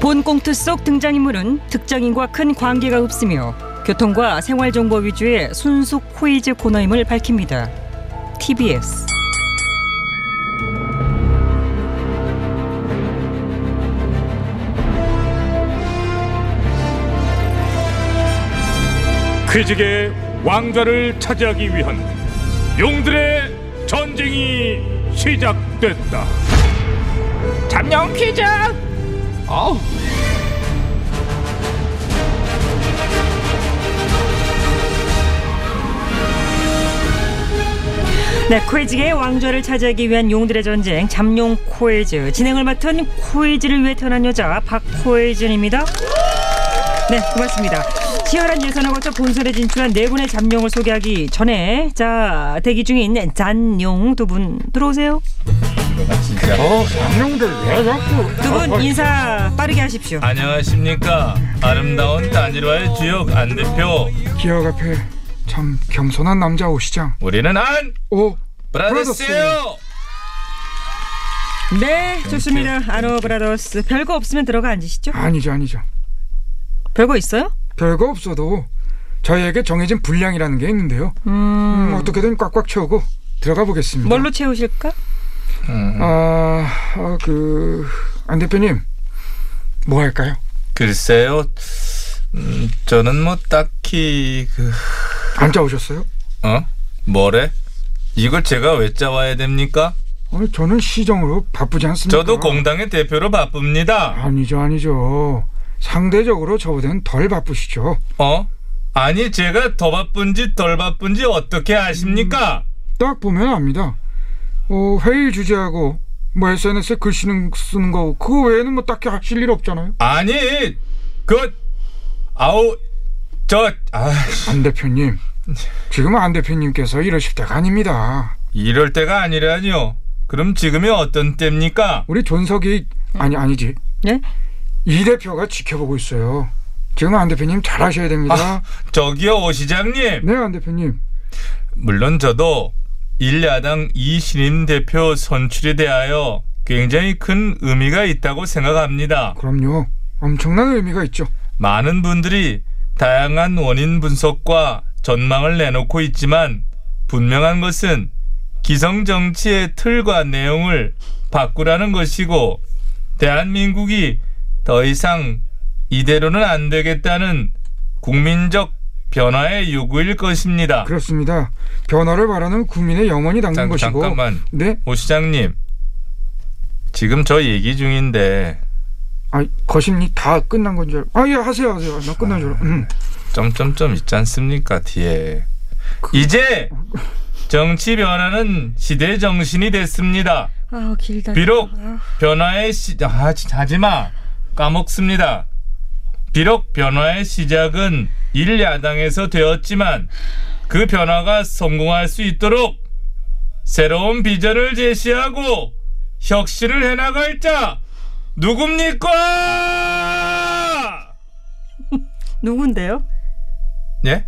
본 꽁트 속 등장인물은 특정인과 큰 관계가 없으며 교통과 생활정보 위주의 순수 코이즈 코너임을 밝힙니다. TBS 퀴즈계의 왕좌를 차지하기 위한 용들의 전쟁이 시작됐다. 잠룡 퀴즈. 어우. 네, 코이즈의 왕좌를 차지하기 위한 용들의 전쟁 잠룡 코이즈 진행을 맡은 코이즈를 위해 태어난 여자 박코이즈입니다. 네, 고맙습니다. 치열한 예선을 거쳐 본선에 진출한 네 분의 잠룡을 소개하기 전에 자 대기 중인 잔용 두 분 들어오세요. 그렇죠. 두 분 인사 빠르게 하십시오. 안녕하십니까 아름다운 단일화의 주역 안 대표 기억 앞에 참 겸손한 남자 어, 오시장 우리는 안 오 브라더스예요 네, 좋습니다. 아노 브라더스 별거 없으면 들어가 앉으시죠. 아니죠 아니죠 별거 있어요? 별거 없어도 저희에게 정해진 분량이라는 게 있는데요 음, 어떻게든 꽉꽉 채우고 들어가 보겠습니다 아, 뭘로 채우실까? 아그안 대표님 뭐 할까요? 글쎄요 음, 저는 뭐 딱히 그, 안 짜오셨어요? 그어 뭐래 이걸 제가 왜 짜와야 됩니까 오늘 저는 시정으로 바쁘지 않습니까? 저도 공당의 대표로 바쁩니다 아니죠 아니죠 상대적으로 저보다는 덜 바쁘시죠 어 아니 제가 더 바쁜지 덜 바쁜지 어떻게 아십니까 딱 보면 압니다 어, 회의 주제하고 뭐 SNS에 글 쓰는, 쓰는 거 그거 외에는 뭐 딱히 하실 일 없잖아요 아니 그 아우 저아 안 대표님 지금 안 대표님께서 이러실 때가 아닙니다 이럴 때가 아니라니요. 그럼 지금이 어떤 때입니까? 우리 존석이 아니 아니지 네? 이 대표가 지켜보고 있어요 지금 안 대표님 잘하셔야 아. 됩니다 저기요 오 시장님. 네 안 대표님 물론 저도 일야당 이신임 대표 선출에 대하여 굉장히 큰 의미가 있다고 생각합니다. 그럼요 엄청난 의미가 있죠 많은 분들이 다양한 원인 분석과 전망을 내놓고 있지만 분명한 것은 기성 정치의 틀과 내용을 바꾸라는 것이고 대한민국이 더 이상 이대로는 안 되겠다는 국민적 변화의 요구일 것입니다. 그렇습니다 변화를 바라는 국민의 영원이 담긴 잠- 것이고 잠깐만. 네? 오 시장님, 지금 저 얘기 중인데 아 거심리 다 끝난 건 줄 아 예 하세요 하세요 나 끝난 줄 알고 음. 점점점 있지 않습니까 뒤에 이제 정치 변화는 시대 정신이 됐습니다. 아 길다. 비록 변화의 시, 아, 진짜 하지마 까먹습니다. 비록 변화의 시작은 일야당에서 되었지만 그 변화가 성공할 수 있도록 새로운 비전을 제시하고 혁신을 해나갈 자 누굽니까? 누군데요? 예?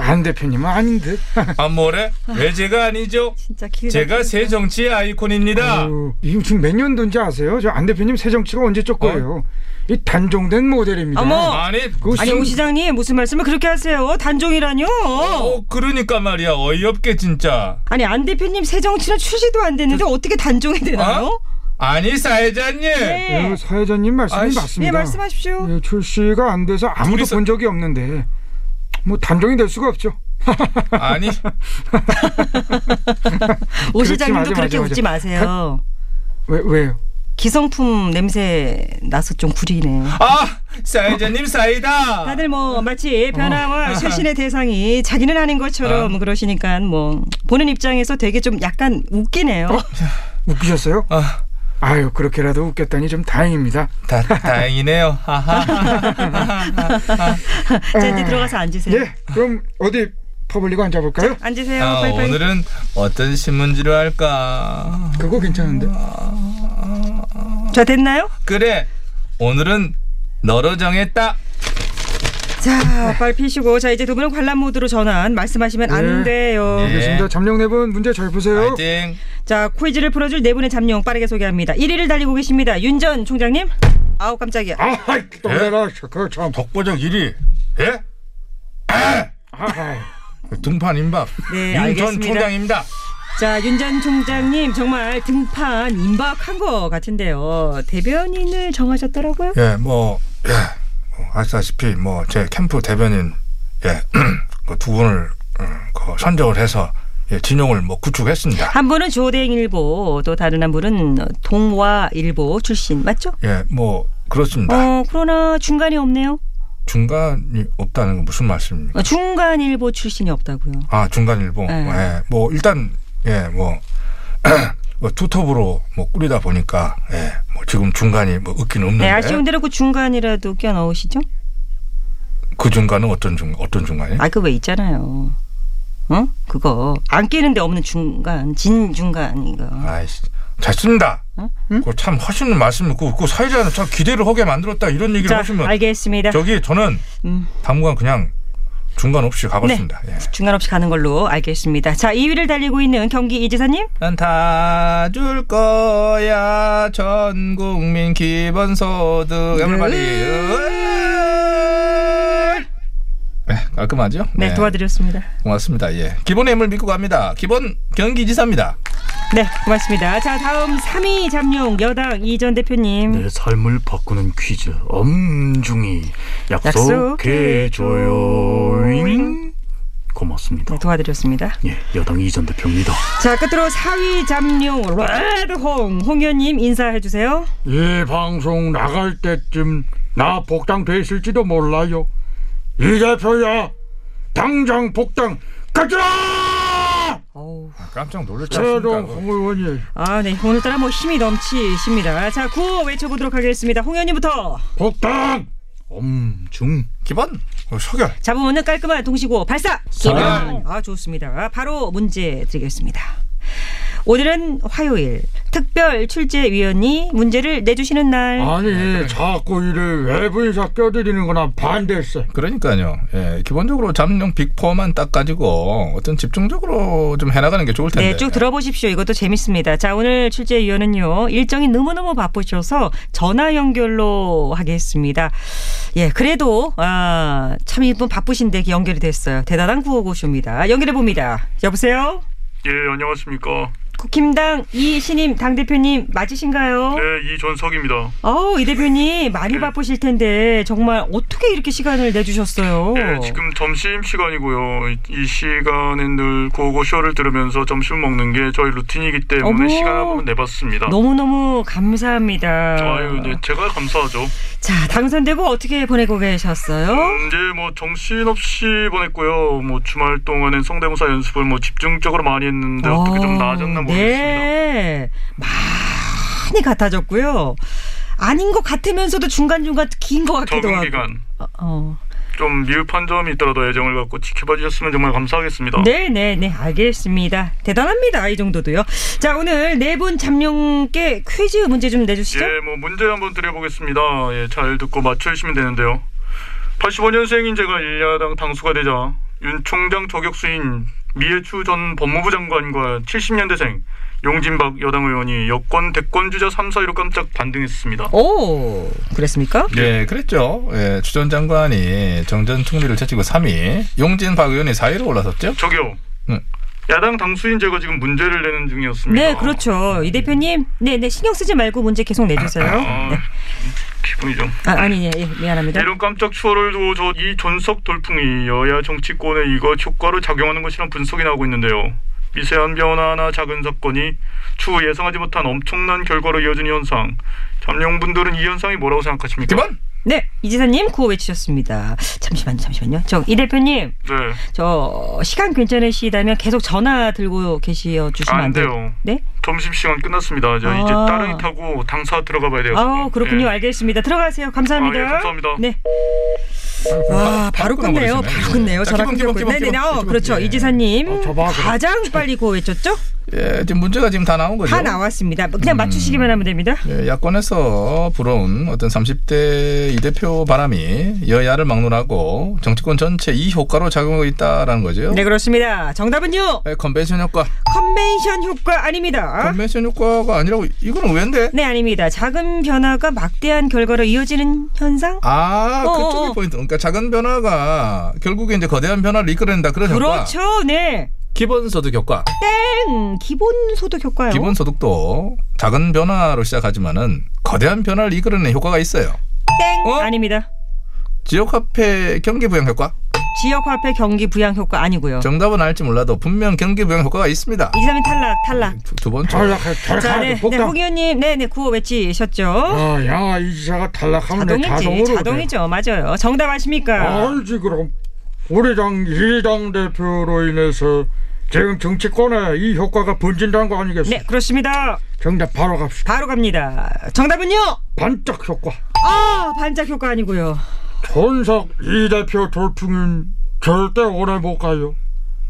안 대표님은 아닌 듯 아 뭐래? 왜 제가 아니죠? 진짜 길다. 제가 새 정치의 아이콘입니다. 아유, 어, 이거 지금 몇 년도인지 아세요? 저 안 대표님 새 정치가 언제 쪽 거예요? 어? 이 단종된 모델입니다. 어머! 아니 그거 아니 심- 오 시장님 무슨 말씀을 그렇게 하세요? 단종이라뇨? 어 그러니까 말이야 어이없게 진짜. 아니 안 대표님 새 정치는 출시도 안 됐는데 어떻게 단종이 되나요? 아니 사회자님 네. 예, 사회자님 말씀이 아이씨. 예, 네 맞습니다. 말씀하십시오. 예, 출시가 안 돼서 아무도 둘이서- 본 적이 없는데 뭐 단종이 될 수가 없죠. 아니 오 그렇지 시장님도 마세요, 그렇게 마세요, 웃지 마세요. 왜 왜요? 기성품 냄새 나서 좀 구리네. 아 사회자님 사이다 다들 뭐 마치 변화와 쇄신의 대상이 자기는 아닌 것처럼 그러시니까 뭐 보는 입장에서 되게 좀 약간 웃기네요. 웃기셨어요? 아. 아유 그렇게라도 웃겼다니 좀 다행입니다. 다, 다행이네요 하하 자 이제 들어가서 네. 앉으세요. 예, 그럼 어디 퍼블리고 앉아볼까요? 앉으세요. 아, 네, 빨리빨리. 오늘은 어떤 신문지로 할까 그거 괜찮은데. 아, 자 됐나요? 그래 오늘은 너로 정했다 자, 빨리 피시고 자 이제 두 분은 관람 모드로 전환 말씀하시면 안 네. 돼요. 네. 알겠습니다. 잠룡 네분 문제 잘 푸세요. 파이팅 자, 퀴즈를 풀어줄 네 분의 잠룡 빠르게 소개합니다. 1위를 달리고 계십니다. 윤 전 총장님, 아우 깜짝이야. 아이 예? 또 내가 그거 참 독보적 1위. 예? 아이. 등판 임박. 네, 윤전 알겠습니다. 총장입니다. 자, 윤 전 총장님 정말 등판 임박한 것 같은데요. 대변인을 정하셨더라고요. 예, 뭐, 예, 뭐 아시다시피 뭐 제 캠프 대변인 예, 그두 분을 음, 그 선정을 해서 예, 진영을 뭐 구축했습니다. 한 분은 조대행일보, 또 다른 한 분은 동화일보 출신 맞죠? 예, 뭐 그렇습니다. 어, 그러나 중간이 없네요. 중간이 없다는 건 무슨 말씀입니까? 어, 중간일보 출신이 없다고요. 아, 중간일보. 네. 예, 뭐 일단 예, 뭐. 뭐 투톱으로 뭐 꾸리다 보니까 예, 뭐 지금 중간이 뭐 없긴 없는데 네, 아쉬운 대로 그 중간이라도 껴 넣으시죠? 그 중간은 어떤 중 어떤 중간이? 아, 그 왜 있잖아요. 어? 그거 안 끼는데 없는 중간, 진 중간 이거. 아이씨. 됐습니다. 어? 그거 참 하시는 말씀이 그, 그 사회자는 참 기대를 하게 만들었다 이런 얘기를 자, 하시면 알겠습니다. 저기 저는 음. 당분간 그냥 중간 없이 가봤습니다. 예. 중간 없이 가는 걸로 알겠습니다. 자, 2위를 달리고 있는 경기 이지사님. 난다 줄 거야 전 국민 기본 소득 애물발이. 네, 깔끔하죠? 네, 도와드렸습니다. 고맙습니다. 예. 기본 애물 믿고 갑니다. 기본 경기지사입니다. 네, 고맙습니다. 자, 다음 3위 잠룡 여당 이전 대표님. 내 삶을 바꾸는 퀴즈 엄중히 약속해줘요 약속해줘요. 고맙습니다 네, 도와드렸습니다. 예, 여당 이전 대표입니다 자, 끝으로 4위 잠룡 레드홍 홍현님 인사해 주세요. 이 방송 나갈 때쯤 나 복당 돼 있을지도 몰라요. 이 대표야, 당장 복당 가자! 어우, 깜짝 놀랐죠? 최동 홍의원이 아, 네, 오늘따라 뭐 힘이 넘치십니다. 자, 구호 외쳐보도록 하겠습니다. 홍현님부터 복당! 엄중 기본 어, 소결. 잡으면 깔끔한 동시구호 발사. 기본. 아, 좋습니다. 바로 문제 드리겠습니다. 오늘은 화요일 특별 출제위원이 문제를 내주시는 날. 아니, 자꾸 이를 외부인사 껴드리는 거나 반대했어. 그러니까요. 예, 기본적으로 잠룡 빅포만 딱 가지고 어떤 집중적으로 좀 해나가는 게 좋을 텐데. 네, 쭉 들어보십시오. 이것도 재밌습니다. 자, 오늘 출제위원은요, 일정이 너무너무 바쁘셔서 전화 연결로 하겠습니다. 예, 그래도, 아, 참 이분 바쁘신데 연결이 됐어요. 대단한 구호고쇼입니다. 연결해봅니다. 여보세요? 예 안녕하십니까 국힘당 이신임 당대표님 맞으신가요? 네 이전석입니다 어우, 이 대표님 많이 바쁘실 텐데 정말 어떻게 이렇게 시간을 내주셨어요? 예, 지금 점심 시간이고요 이, 이 시간에 늘 고고쇼를 들으면서 점심 먹는 게 저희 루틴이기 때문에 어머. 시간 한번 내봤습니다 너무너무 감사합니다. 아유 네, 제가 감사하죠 자, 당선되고 어떻게 보내고 계셨어요? 이제 뭐 정신없이 보냈고요. 뭐 주말 동안엔 성대모사 연습을 뭐 집중적으로 많이 했는데 네, 어떻게 좀 어, 나아졌나 모르겠습니다. 네. 많이 같아졌고요. 아닌 것 같으면서도 중간중간 긴 것 같기도 적응 하고. 기간 어, 어. 좀 미흡한 점이 있더라도 애정을 갖고 지켜봐 주셨으면 정말 감사하겠습니다. 네네네, 알겠습니다. 대단합니다. 이 정도도요. 자, 오늘 네 분 잠룡께 퀴즈 문제 좀 내주시죠. 예, 뭐 문제 한번 드려보겠습니다. 예, 잘 듣고 맞추시면 되는데요. 85년생인 제가 일야당 당수가 되자 윤 총장 저격수인 미애추 전 법무부 장관과 70년대생 용진박 여당 의원이 여권 대권 주자 3, 4위로 깜짝 반등했습니다. 오, 그랬습니까? 예, 그랬죠. 예, 주전 장관이 정전 총리를 제치고 3위, 용진 박 의원이 4위로 올라섰죠. 저기요. 네. 야당 당수인 제가 지금 문제를 내는 중이었습니다. 네, 그렇죠. 이 대표님, 네네, 신경 쓰지 말고 문제 계속 내주세요. 아, 네. 기분이 좀. 아, 아니, 예, 예, 미안합니다. 이런 깜짝 추월을 두고 저이 존속 돌풍이 여야 정치권에 이거 효과로 작용하는 것이란 분석이 나오고 있는데요. 미세한 변화나 작은 사건이 추후 예상하지 못한 엄청난 결과로 이어지는 현상. 잠룡분들은 이 현상이 뭐라고 생각하십니까? 기본 네, 이지사님 구호 외치셨습니다. 잠시만요, 잠시만요. 저, 이 대표님, 네. 저 시간 괜찮으시다면 계속 전화 들고 계시어 주시면 안 아, 안 돼요. 돼요. 네? 점심시간 끝났습니다. 저 이제 아. 따릉이 타고 당사 들어가 봐야 돼요. 아 그렇군요. 예. 알겠습니다. 들어가세요. 감사합니다. 아, 예, 감사합니다. 네. 와, 바로 네, 끝내요. 바로 끝내요. 전화 끊겼고. 네네. 어, 그렇죠. 이지사님 어, 저봐, 그럼. 가장 빨리 구호 외쳤죠? 예, 지금 문제가 지금 다 나온 거죠. 다 나왔습니다. 그냥 맞추시기만 하면 됩니다. 예, 야권에서 불어온 어떤 30대 이 대표 바람이 여야를 막론하고 정치권 전체 이 효과로 작용하고 있다라는 거죠. 네 그렇습니다. 정답은요 예, 컨벤션 효과. 컨벤션 효과 아닙니다. 컨벤션 효과가 아니라고 이거는 왜인데? 네 아닙니다. 작은 변화가 막대한 결과로 이어지는 현상? 아, 어, 어, 그쪽이 어. 포인트. 그러니까 작은 변화가 결국에 이제 거대한 변화를 이끌어낸다 아, 그런 효과. 그렇죠. 네. 기본소득 효과. 땡 기본 소득 효과요. 기본소득도 작은 변화로 시작하지만은 거대한 변화를 이끌어내는 효과가 있어요. 땡 어? 아닙니다. 지역화폐 경기 부양 효과. 지역화폐 경기 부양 효과 아니고요. 정답은 알지 몰라도 분명 경기 부양 효과가 있습니다. 이 사람이 탈락 탈락. 두, 두 번째. 탈락해 자, 탈락해 네, 네, 아, 복당 홍 의원님, 네, 네, 구호 외치셨죠? 아야 이 기사가 탈락하면 내 자동이지, 네, 자동으로 자동이죠, 맞아요. 정답 아십니까? 알지 그럼 우리 당 이당 대표로 인해서 지금 정치권에 이 효과가 번진다는 거 아니겠어? 네, 그렇습니다. 정답 바로 갑시다. 바로 갑니다. 정답은요? 반짝 효과. 아, 반짝 효과 아니고요. 손석 이 대표 돌풍은 절대 오래 못 가요.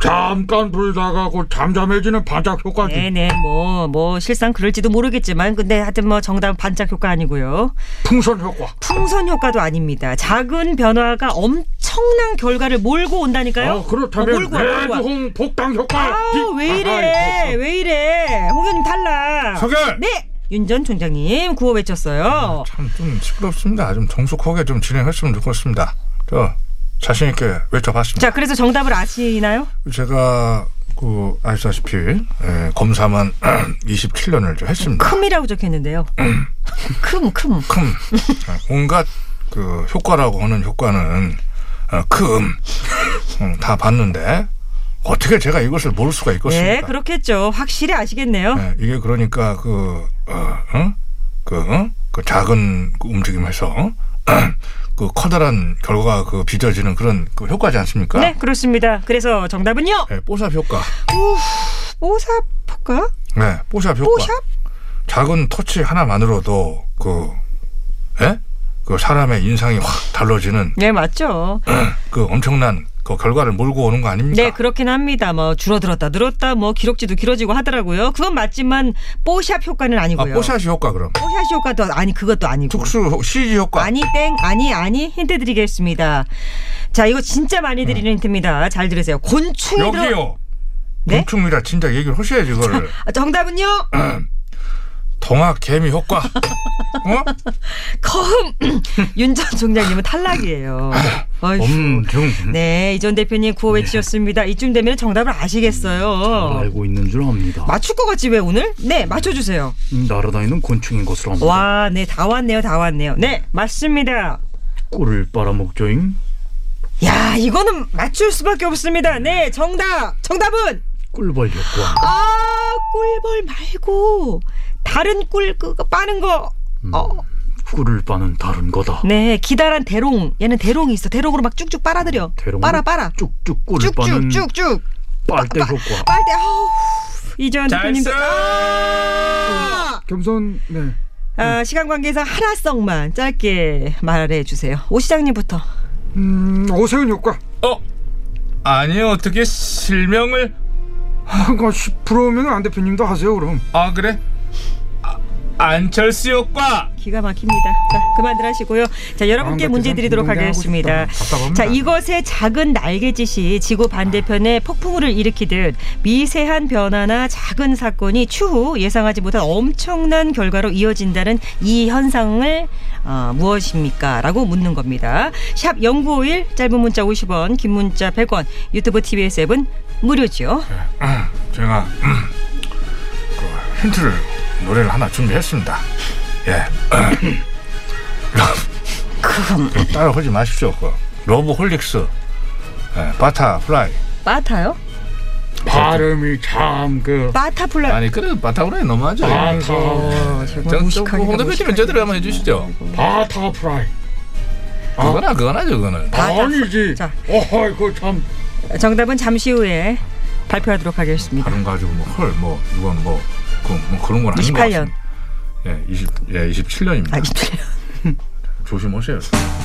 잠깐 불다가 곧 잠잠해지는 반짝 효과지. 네, 네, 뭐, 뭐 실상 그럴지도 모르겠지만, 근데 하여튼 뭐 정답 반짝 효과 아니고요. 풍선 효과. 풍선 효과도 아닙니다. 작은 변화가 엄청난 결과를 몰고 온다니까요. 아, 그렇다면 어, 몰고 와, 몰고 와. 레드홍 복당 효과. 아, 왜 이래? 아이고, 왜 이래? 홍 의원님 탈락. 서결! 네, 윤 전 총장님 구호 아, 외쳤어요. 참 좀 시끄럽습니다. 좀 정숙하게 좀 진행했으면 좋겠습니다. 저 자신 있게 외쳐봤습니다. 자, 그래서 정답을 아시나요? 제가 그 아시다시피 예, 검사만 27년을 좀 했습니다. 큼이라고 적혔는데요. 큼, 큼. 큼 아, 온갖 그 효과라고 하는 효과는 어, 큼 음, 다 봤는데 어떻게 제가 이것을 모를 수가 있겠습니까? 네, 그렇겠죠. 확실히 아시겠네요. 예, 이게 그러니까 그, 어, 응? 그, 응? 그 작은 그 움직임에서 그 커다란 결과가 그 빚어지는 그런 그 효과지 않습니까? 네, 그렇습니다. 그래서 정답은요? 예, 뽀샵 효과. 뽀삽 효과? 네, 뽀샵 효과. 뽀샵? 작은 터치 하나만으로도 그, 예? 그 사람의 인상이 확 달라지는 네, 맞죠. 그 엄청난 그 결과를 몰고 오는 거 아닙니까? 네, 그렇긴 합니다. 뭐 줄어들었다, 늘었다, 뭐 기록지도 길어지고 하더라고요. 그건 맞지만 뽀샵 효과는 아, 아니고요. 뽀샤시 효과 그럼. 뽀샵 효과도 아니 그것도 아니고. 특수 CG 효과. 아니 땡 아니 아니 힌트 드리겠습니다. 자 이거 진짜 많이 드리는 힌트입니다. 잘 들으세요. 곤충이 들어. 음. 여기요. 네? 곤충이라 진짜 얘기를 하셔야지 그거를. 아, 정답은요. 동학 개미 효과. 어? 거흠 윤 전 총장님은 탈락이에요. 어이구. 아, 엄중 네, 이 전 대표님 구호 외치셨습니다. 이쯤 되면 정답을 아시겠어요. 알고 있는 줄 압니다. 맞출 것 같지 왜 오늘? 네, 맞춰주세요. 날아다니는 곤충인 것으로 압니다. 와, 네, 다 왔네요, 다 왔네요. 네, 맞습니다. 꿀을 빨아먹죠잉. 야, 이거는 맞출 수밖에 없습니다. 네, 정답, 정답은 꿀벌 효과. 아, 꿀벌 말고 다른 꿀 그거 빠는 거. 음. 어, 꿀을 빠는 다른 거다. 네, 기다란 대롱. 얘는 대롱이 있어. 대롱으로 막 쭉쭉 빨아들여. 대롱으로 빨아 빨아. 쭉쭉 꿀을 빠는 쭉쭉쭉쭉. 빨대 효과. 빨대. 아우. 이전 대표님도 아, 겸손 네. 아, 시간 관계상 하나성만 짧게 말해 주세요. 오 시장님부터. 음, 오세훈 효과. 아니요, 어떻게 실명을. 아, 그거 10%면 안 대표님도 하세요 그럼. 아, 그래? 아, 안철수 효과. 기가 막힙니다. 자, 그만들 하시고요. 자, 여러분께 마음 같아서 문제 드리도록 운동장 하고 하겠습니다. 자, 이것의 작은 날개짓이 지구 반대편에 폭풍우를 일으키듯 미세한 변화나 작은 사건이 추후 예상하지 못한 엄청난 결과로 이어진다는 이 현상을 어, 무엇입니까? 라고 묻는 겁니다. 샵 0951, 짧은 문자 50원, 긴 문자 100원, 유튜브 TBS 앱은 무료죠. 제가 음, 그 힌트를 노래를 하나 준비했습니다. 예. 그럼 따로 하지 마십시오. 그 러브 홀릭스, 예, 바타 플라이. 빠타요? 발음이 참그 빠타플라. 아니, 그래, 바타고라에 아, 너무하죠. 아, 반성 네. 정- 무식하게 정- 홍 대표님은 저대로 한번 해주시죠. 아, 바타프라이. 그거나, 그거나죠, 그거는. 바타- 아니지. 자. 어허 이거 참. 정답은 잠시 후에 발표하도록 하겠습니다. 발음 가지고 뭐 헐, 뭐 이건 뭐, 그, 뭐 그런 건 아닌 28년. 것 같습니다. 예, 20, 예, 27년입니다. 아, 27년. 조심하세요.